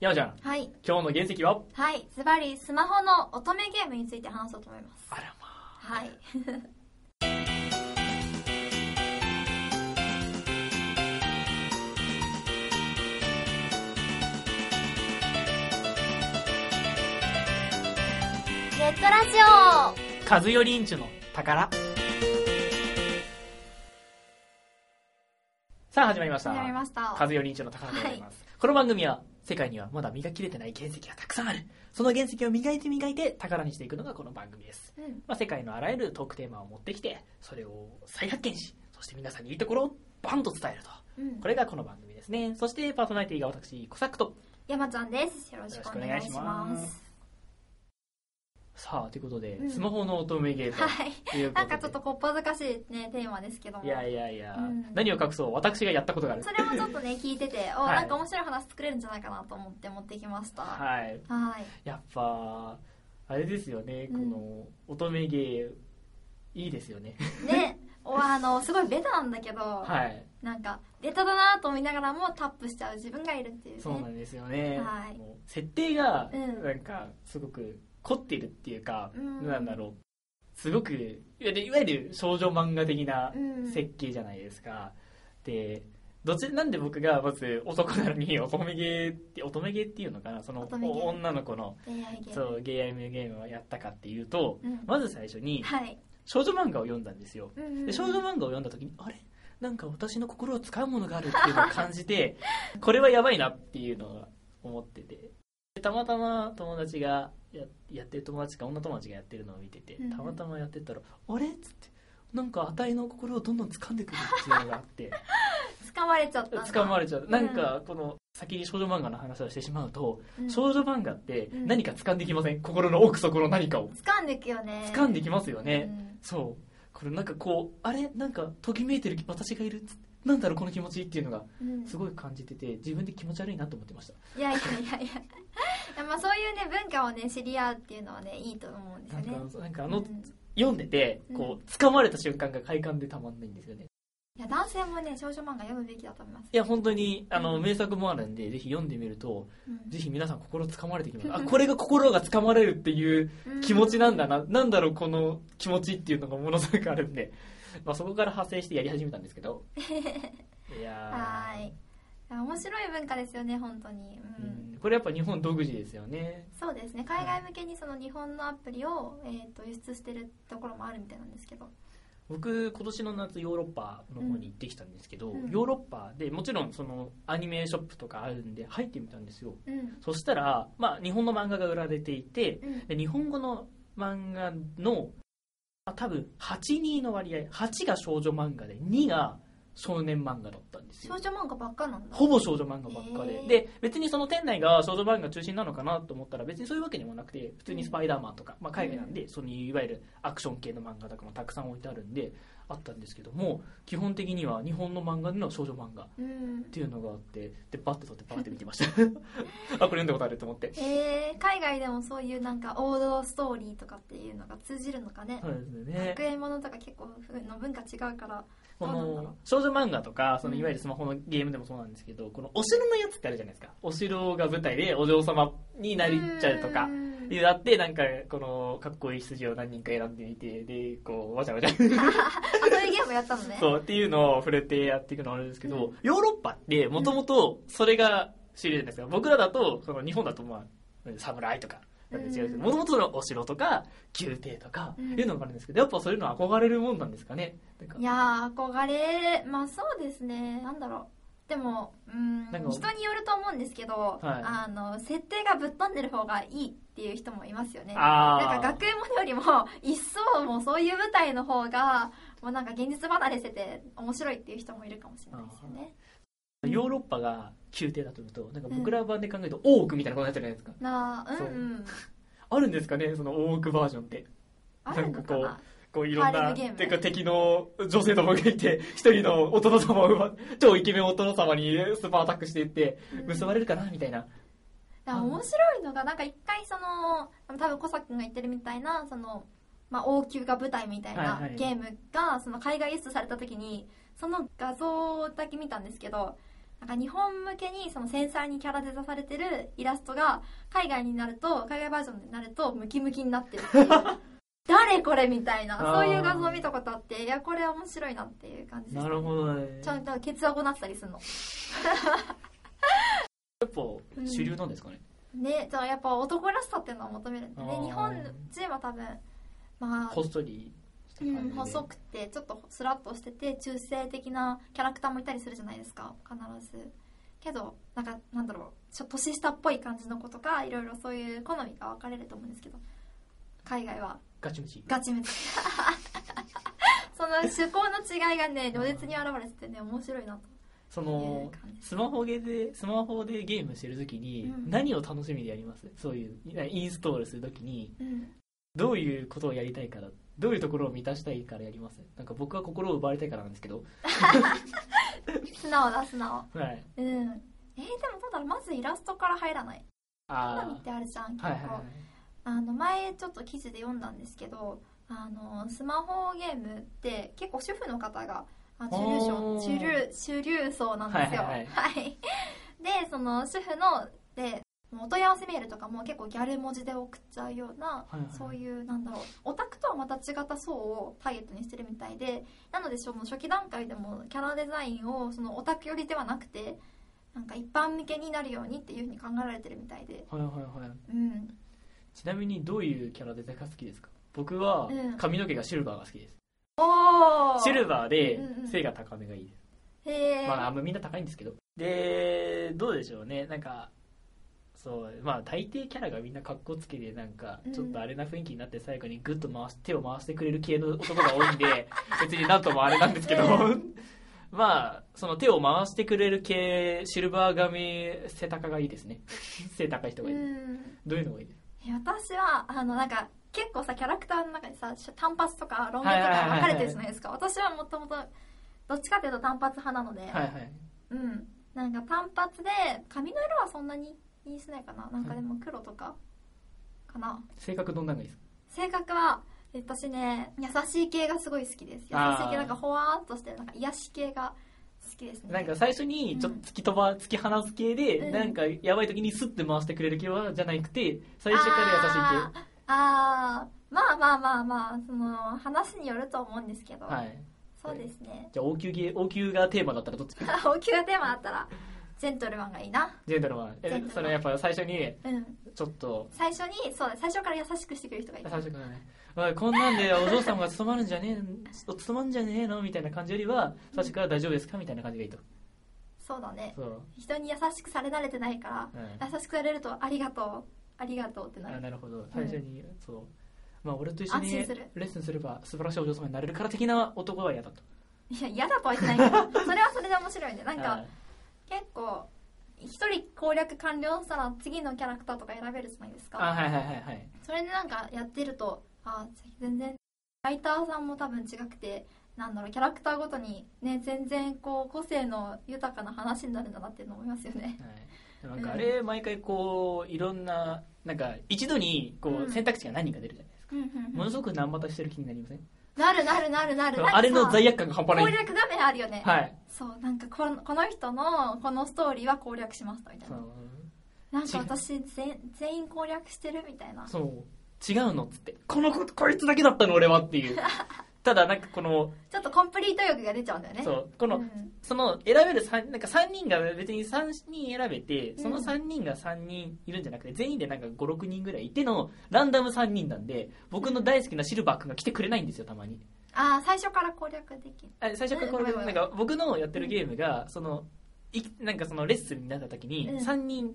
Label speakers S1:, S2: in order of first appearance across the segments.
S1: 山ちゃん、
S2: はい。
S1: 今日の原石は
S2: はい。ズバリ、スマホの乙女ゲームについて話そうと思います。
S1: あらまあ。
S2: はい。ネットラジオ
S1: カズヨリンチュの宝。さあ始まりました。
S2: 始まりました
S1: カズヨリンチュの宝でございます。この番組は世界にはまだ磨きれてない原石がたくさんある。その原石を磨いて磨いて宝にしていくのがこの番組です。
S2: うん。
S1: まあ、世界のあらゆるトークテーマを持ってきて、それを再発見し、そして皆さんにいいところをバンと伝えると。
S2: うん
S1: こ。れがこの番組ですね。そしてパーソナリティが私、コサックと。
S2: 山ちゃんです。よろしくお願いし
S1: よろしくお願いし
S2: ま。
S1: ますさあ、ということで、
S2: うん
S1: スマホの乙女ゲート
S2: はい。
S1: ということで。
S2: なんかちょっとこっぱずかしいね、テーマですけども。
S1: いやいやいや、
S2: うん
S1: 何を隠そう、私がやったことがある
S2: そ。れもちょっとね、聞いてて、お、
S1: はい
S2: なんか面白い話作れるんじゃないかなと思って持ってきました。は
S1: はい。
S2: い。
S1: やっぱ、あれですよね、
S2: うん
S1: この乙女ゲー、いいですよね。
S2: ね、おあの、すごいベタなんだけど、
S1: はい。
S2: なんか、ベタだなと思いながらもタップしちゃう自分がいるっていうね。
S1: そうなんですよね。
S2: はい
S1: もう設定が、
S2: うん
S1: なんか、すごく凝ってるっていうか、
S2: うん
S1: なんだろう。すごく、いわゆるいわゆる少女漫画的な
S2: うん
S1: 設計じゃないですか。で、どっちなんで僕がまず男なのに乙女ゲーって、乙女ゲーっていうのかな、その
S2: 乙女ゲー
S1: 女の子の、
S2: 恋愛ゲーム。
S1: そう、ゲームゲームをやったかっていうと、
S2: うん
S1: まず最初に
S2: はい。
S1: 少女漫画を読んだんですよ。
S2: うんうん
S1: で少女漫画を読んだ時に、あれなんか私の心を使うものがあるっていうのを感じ て、これはやばいなっていうのが思ってて。でたまたま友達がや、やってる友達か女友達がやってるのを見てて
S2: うん、
S1: たまたまやってたら、あれっつって、なんかあたいの心をどんどん掴んでくるっていうのがあ って、
S2: 掴まれちゃった。
S1: 掴まれちゃう。なんかこの、先に少女漫画の話をしてしまうと、
S2: うん
S1: 少女漫画って
S2: うん
S1: 何か掴んできません心の奥底の何かを。
S2: 掴んでいくよね。
S1: 掴んできますよね。
S2: うん
S1: そうこれなんかこうあれなんかときめいてる私がいるつなんだろうこの気持ちっていうのが
S2: うん
S1: すごい感じてて自分で気持ち悪いなと思ってました
S2: いやいやいやいや。いや まあそういうね、文化をね、知り合うっていうのはね、いいと思うんです
S1: な
S2: よ
S1: ん
S2: ね。
S1: かなんかあの、
S2: うん
S1: 読んでてこう掴まれた瞬間が快感でたまんないんですよね
S2: いや男性もね少女漫画読むべきだと思います、
S1: いや本当にあの
S2: うん
S1: 名作もあるんでぜひ読んでみる とぜ
S2: う
S1: ひ皆さん心掴まれてき ますあこれが心が掴まれるっていうん気持ちなんだな、なんだろうこの気持ちっていうのがものすごくあるんで、まあ、そこから派生してやり始めたんですけ どいやー
S2: はーいいや面白い文化ですよね本当に、
S1: う
S2: うん
S1: んこれやっぱ日本独自ですよね
S2: そうですね海外向けにその日本のアプリを、えー、と輸出してるところもあるみたいなんですけど、
S1: 僕今年の夏ヨーロッパの方に行ってきたんですけど、
S2: うん
S1: ヨーロッパでもちろんそのアニメショップとかあるんで入ってみたんですよ
S2: うん
S1: そしたら、まあ、日本の漫画が売られていて
S2: うん、
S1: で日本語の漫画の、まあ、多分82の割合8が少女漫画で2が少年漫画だったんですよ
S2: 少女漫画ばっかなんだ
S1: ほぼ少女漫画ばっかで、
S2: へー
S1: で別にその店内が少女漫画中心なのかなと思ったら別にそういうわけでもなくて普通にスパイダーマンとか、まあ、海外なんでそのいわゆるアクション系の漫画とかもたくさん置いてあるんであったんですけども基本的には日本の漫画の少女漫画っ
S2: うん
S1: ていうのがあってでバッて撮ってバッて見てま したあこれ読んだことあると思って
S2: えー、海外でもそういうなんか王道ストーリーとかっていうのが通じるのかね
S1: そうですね
S2: 学園ものとか結構ふの文化違うから
S1: こ
S2: そうなんだ
S1: の少女漫画とかそのいわゆるスマホのゲームでもそうなんですけどこのお城のやつってあるじゃないですかお城が舞台でお嬢様になりちゃうとか
S2: うん
S1: で、だって、なんか、この、かっこいい羊を何人か選んでみて、で、こう、わちゃわちゃ、
S2: あそういうゲームやったのね
S1: そう、っていうのを触れてやっていくのはあれですけど、
S2: う
S1: ヨーロッパって、もともと、それが主流じゃないですか。僕らだと、その、日本だと、まあ、侍とか、なんて違うけど、もともとのお城とか、宮廷とか、
S2: うん
S1: いうのがあるんですけど、やっぱそういうの憧れるもんなんですかね。なんか
S2: いやー憧れまあそうですねなんだろうでもうん
S1: なんか
S2: 人によると思うんですけど、
S1: はい
S2: あの設定がぶっ飛んでる方がいいっていう人もいますよねな
S1: あ
S2: んか
S1: ー
S2: 学園ものよりも一層もうそういう舞台の方がもうなんか現実離れしてて面白いっていう人もいるかもしれないですよね
S1: ヨーロッパが宮廷だというと、なんか僕ら版で考えると、大奥みたいなことになっちゃうじゃないですか。
S2: なあう
S1: そうん
S2: うん
S1: あるんですかね、その大奥バージョンって。
S2: あるのか
S1: なん
S2: な
S1: こういろん
S2: ハーレ
S1: な、
S2: ムゲーム
S1: てか敵の女性どもがいて、 一人のお殿様を奪う、 超イケメンお殿様にスーパーアタックしていって、
S2: うん
S1: 結ばれるかなみたいな。
S2: だから面白いのがなんか一回その多分小崎君が言ってるみたいなその、まあ、王宮が舞台みたい
S1: は
S2: ない
S1: はい
S2: ゲームがその海外輸出された時にその画像だけ見たんですけどなんか日本向けにその繊細にキャラデザされてるイラストが海外になると海外バージョンになるとムキムキになってるっていう 誰これみたいな
S1: あー
S2: そういう画像見たことあっていやこれ面白いなっていう感じです
S1: なるほどね
S2: ちゃんとケツアゴなってたりするの
S1: やっぱ主流なんですかね、
S2: ねじゃあやっぱ男らしさっていうのを求めるんで
S1: あ
S2: ね
S1: ー
S2: 日本人は多分まあ
S1: ほっそりした
S2: う
S1: 感じ
S2: ん、
S1: で
S2: 細くてちょっとスラッとしてて中性的なキャラクターもいたりするじゃないですか必ずけどなんかなんだろうちょ年下っぽい感じの子とかいろいろそういう好みが分かれると思うんですけど海外は
S1: ガチムチ
S2: ガチめその趣向の違いがね如実に現れててね面白いなと
S1: そ
S2: いう
S1: の
S2: 感じ
S1: スマホゲーでスマホでゲームしてる時に
S2: うん
S1: 何を楽しみでやります、そういうインストールする時に
S2: うん
S1: どういうことをやりたいからどういうところを満たしたいからやりますなんか僕は心を奪われたいからなんですけど
S2: 素直だ素直
S1: はい
S2: うんえー、でもどうだろうまずイラストから入らない好みっ
S1: あ
S2: てあるじゃん
S1: あ
S2: 結構、
S1: はいはいはい
S2: あの前ちょっと記事で読んだんですけどあのスマホゲームって結構主婦の方があ主流
S1: お
S2: 層
S1: ー
S2: 主流主流層なんですよ
S1: はいはい
S2: はい でその主婦のでお問い合わせメールとかも結構ギャル文字で送っちゃうような、
S1: はいはい
S2: そういうなんだろうオタクとはまた違った層をターゲットにしてるみたいでなのでその初期段階でもキャラデザインをそのオタク寄りではなくてなんか一般向けになるようにっていうふうに考えられてるみたいで
S1: はいはいはい
S2: うん
S1: ちなみにどういうキャラデザインが好きですか僕は
S2: うん
S1: 髪の毛がシルバーが好きです、
S2: おー
S1: シルバーで
S2: うんうん
S1: 背が高めがいいです、
S2: へえ、
S1: まああんまみんな高いんですけどでどうでしょうねなんかそうまあ大抵キャラがみんな格好つけてなんか
S2: うん
S1: ちょっとあれな雰囲気になって最後にグッと回し手を回してくれる系の男が多いん で別になんともあれなんですけど
S2: う
S1: まあその手を回してくれる系シルバー髪背高がいいですね 背高い人がいい、
S2: うん
S1: どういうのがいいです
S2: いや私はあのなんか結構さキャラクターの中にさ短髪とかロン毛と
S1: はいはいはい
S2: か
S1: はい
S2: 分かれてるじゃないですか、私はもともとどっちかっていうと短髪派なので、
S1: かはいはい
S2: うんなんか短髪で髪の色はそんなに気にしないかななんかでも黒とかかな、
S1: 性格どんなのがいいですか
S2: 性格はえ私ね優しい系がすごい好きです優しい系
S1: あー
S2: なんかほわーっとしてなんか癒し系が好きですね
S1: なんか最初にちょっと突き飛ば、突き放す系で、
S2: うん
S1: なんかやばい時にスッて回してくれる系はじゃなくて最初から優しい系
S2: あーあーまあまあまあまあその話によると思うんですけど、
S1: はい
S2: そうですね
S1: じゃあ王宮系王宮がテーマだったらどっち
S2: 大きなテーマだったらジェントルマンがいいな
S1: ジェンダルは
S2: ジェン
S1: え
S2: ダルマン
S1: それはやっぱ最初に
S2: うん
S1: ちょっと
S2: 最初にそうだ最初から優しくしてくれる人がいい
S1: 最初からねおいこんなんでお嬢様が務まるんじゃねえ務まんじゃねえのみたいな感じよりは最初から大丈夫ですかみたいな感じがいいと
S2: そうだね
S1: そう、
S2: 人に優しくされ慣れてないか
S1: う
S2: ら
S1: ん、
S2: 優しくされるとありがとうありがとうってな
S1: あ
S2: る
S1: なるほど最初に、そうまあ俺と一緒
S2: 安
S1: に
S2: 心する
S1: レッスンすれば素晴らしいお嬢様になれるから的な男は嫌だと
S2: いや嫌だとは言ってない けどそれはそれで面白いねなん
S1: は
S2: か
S1: い
S2: 結構一人攻略完了したら次のキャラクターとか選べるじゃないですか
S1: あはいはいはいはい
S2: それでなんかやってるとあ全然ライターさんも多分違くてなんだろうキャラクターごとにね全然こう個性の豊かな話になるんだなっていうの思いますよね
S1: はい、なんかあれ毎回こういろんななんか一度にこ
S2: うん
S1: う選択肢が何人か出るじゃないですか、ものすごく難破してる気になりません
S2: なるなるなるなる
S1: あれの罪
S2: 悪
S1: 悪感が半端
S2: 攻
S1: ない
S2: 略画面あるよね、
S1: はい
S2: そうなんかこのこの人のこのストーリーは攻略しましたみたい
S1: そ
S2: な
S1: う
S2: なんか私全全員攻略してるみたいな
S1: そう違うのっつってこの子こいつだけだったの俺はっていう ただなんかこの
S2: ちょっとコンプリート欲が出ちゃうんだよね
S1: そうこの、
S2: うん
S1: その選べる 3, なんか3人が別に3人選べてその
S2: うん
S1: 3人が3人いるんじゃなくて全員でなんか56人ぐらいいてのランダム3人なんで僕の大好きなシルバー君が来てくれないんですよたまに
S2: ああ最初から攻略できる
S1: あ最初からこれ
S2: うんうん
S1: なんか僕のやってるゲームがそのいなんかそのレッスンになった時に
S2: うん
S1: 3人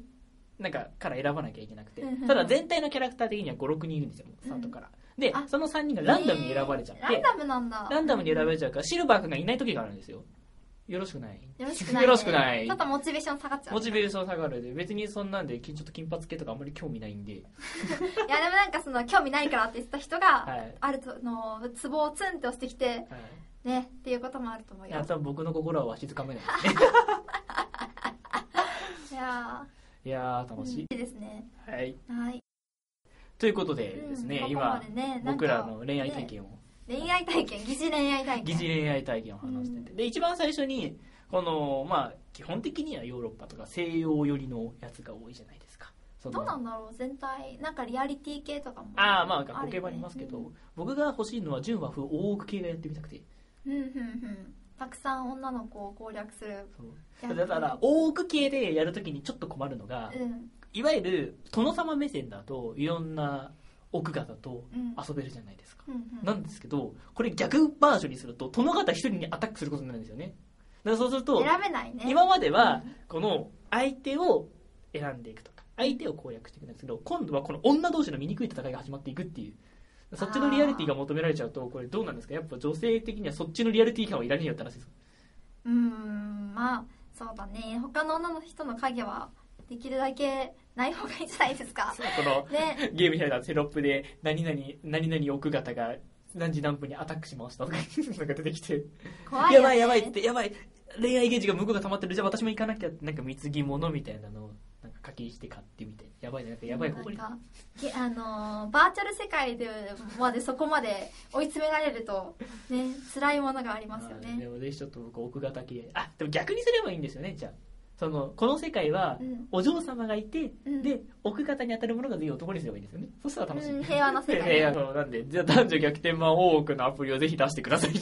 S1: なんかから選ばなきゃいけなくて
S2: うんうんうん
S1: ただ全体のキャラクター的には56人いるんですよもうスタートからで
S2: あ
S1: その3人がランダムに選ばれちゃっ
S2: えーラン
S1: て
S2: ダムなんだ
S1: ランダムに選ばれちゃうからシルバー君がいない時があるんですよよろしくない
S2: よろしくない、ね、
S1: よろしくない
S2: ちょっとモチベーション下がっちゃう
S1: モチベーション下がるで別にそんなんできちょっと金髪系とかあんまり興味ないんで
S2: いやでもなんかその興味ないからって言ってた人が、
S1: はい
S2: あるとのツボをツンって押してきて
S1: はい
S2: ねっていうこともあると思う
S1: い
S2: よ
S1: や多分僕の心はわしづかめないです ね
S2: いや
S1: いやー
S2: ー
S1: 楽し
S2: い
S1: い
S2: いですね
S1: はい
S2: はい、
S1: ということでですね
S2: うんここま
S1: 今
S2: でねなんか
S1: 僕らの恋愛体験を
S2: 恋愛体験疑似恋愛体験
S1: 疑似恋愛体験を話してて、で一番最初にこのまあ基本的にはヨーロッパとか西洋寄りのやつが多いじゃないですかそ
S2: どうな
S1: の
S2: んだろう全体なんかリアリティ系とかも
S1: ああまあ
S2: るよね
S1: 学校系もありますけど、
S2: うん
S1: 僕が欲しいのは純和風大奥系がやってみたくて
S2: うんうんうんたくさん女の子を攻略する
S1: そう
S2: やつ
S1: だから大奥系でやるときにちょっと困るのが、
S2: うん
S1: いわゆる殿様目線だといろんな奥方と
S2: うん
S1: 遊べるじゃないですか、
S2: うんうん
S1: なんですけどこれ逆バージョンにすると殿方一人にアタックすることになるんですよねだからそうすると
S2: 選べないね
S1: 今まではこの相手を選んでいくとか相手を攻略していくんですけど今度はこの女同士の醜い戦いが始まっていくっていうそっちのリアリティが求められちゃうとこれどうなんですかやっぱ女性的にはそっちのリアリティ感はいられるよって話です
S2: うーんまあそうだね他の女の人の影はできるだけない方がいいんじゃないですか
S1: この
S2: ね
S1: ゲーム開いたテロップで何々何々奥方が何時何分にアタックしましたとかなんか出てきて
S2: 怖い
S1: や
S2: よ、ね、
S1: ばいやばいってやばい恋愛ゲージが向こうが溜まってるじゃあ私も行かなきゃってなんか貢ぎ物みたいなのをなんか課金して買ってみてやばいねなんかやばい方向に
S2: なんかげあのーバーチャル世界でまでそこまで追い詰められるとね辛いものがありますよ
S1: あーで
S2: ね
S1: もぜひちょっと僕奥方系あでも逆にすればいいんですよねじゃあそのこの世界は
S2: うん
S1: お嬢様がいて、
S2: うん
S1: で奥方に当たるものがぜひ男にすればいいんですよねそしたら楽しい、
S2: うん平和な世界
S1: で 平和そうなんでじゃあ男女逆転版大奥のアプリをぜひ出してください
S2: は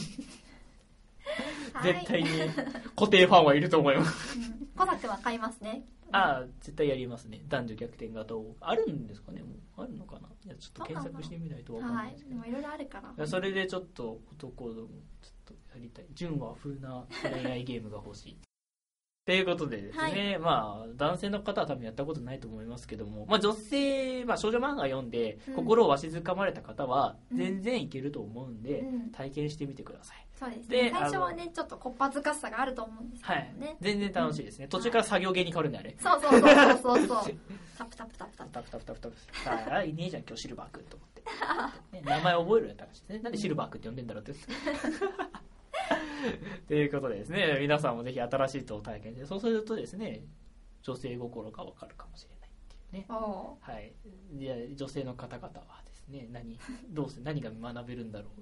S2: い
S1: 絶対に 固定ファンはいると思います
S2: うんコナくんは買いますね
S1: ああ絶対やりますね男女逆転型大奥あるんですかねもうあるのかないやちょっと検索してみないとわかん
S2: は
S1: ない
S2: い
S1: ですけ
S2: で
S1: ど、
S2: もいろいろあるから
S1: いやそれでちょっと男どもちょっとやりたい純和風な恋愛ゲームが欲しいということでですね、
S2: はい
S1: まあ男性の方は多分やったことないと思いますけども、まあ、女性、まあ、少女漫画読んで
S2: うん
S1: 心をわしづかまれた方は
S2: うん
S1: 全然いけると思うんで、
S2: うん
S1: 体験してみてください
S2: そうですね
S1: で
S2: 最初は
S1: あ
S2: ねちょっとこっぱずかしさがあると思うんですけ
S1: は
S2: ど
S1: い、
S2: ね、
S1: 全然楽しいですね、途中から作業芸に変わるんであれ
S2: そうそうそうそう そうそうタプタプタプタプ
S1: タプタプタプタプタあいねえじゃん今日シルバーくんと思って、ね名前覚えるやった話ですねなんでシルバーくんって呼んでんだろうってということでですね皆さんもぜひ新しいと体験してそうするとですね女性心がわかるかもしれないっていうね
S2: おおー
S1: はいじゃ女性の方々はですね何どうせ何が学べるんだろう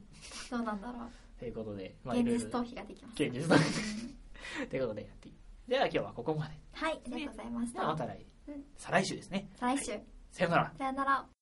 S2: どうなんだろ
S1: ということで、
S2: う。現
S1: いろい
S2: 実
S1: ろ
S2: 逃避ができます。
S1: 現実とということでやっていいでは今日はここまで
S2: はい、ありがとうございまし
S1: ではま
S2: た。
S1: た来
S2: うん
S1: 再来週ですね
S2: 再来週。
S1: さようなら
S2: さよなら。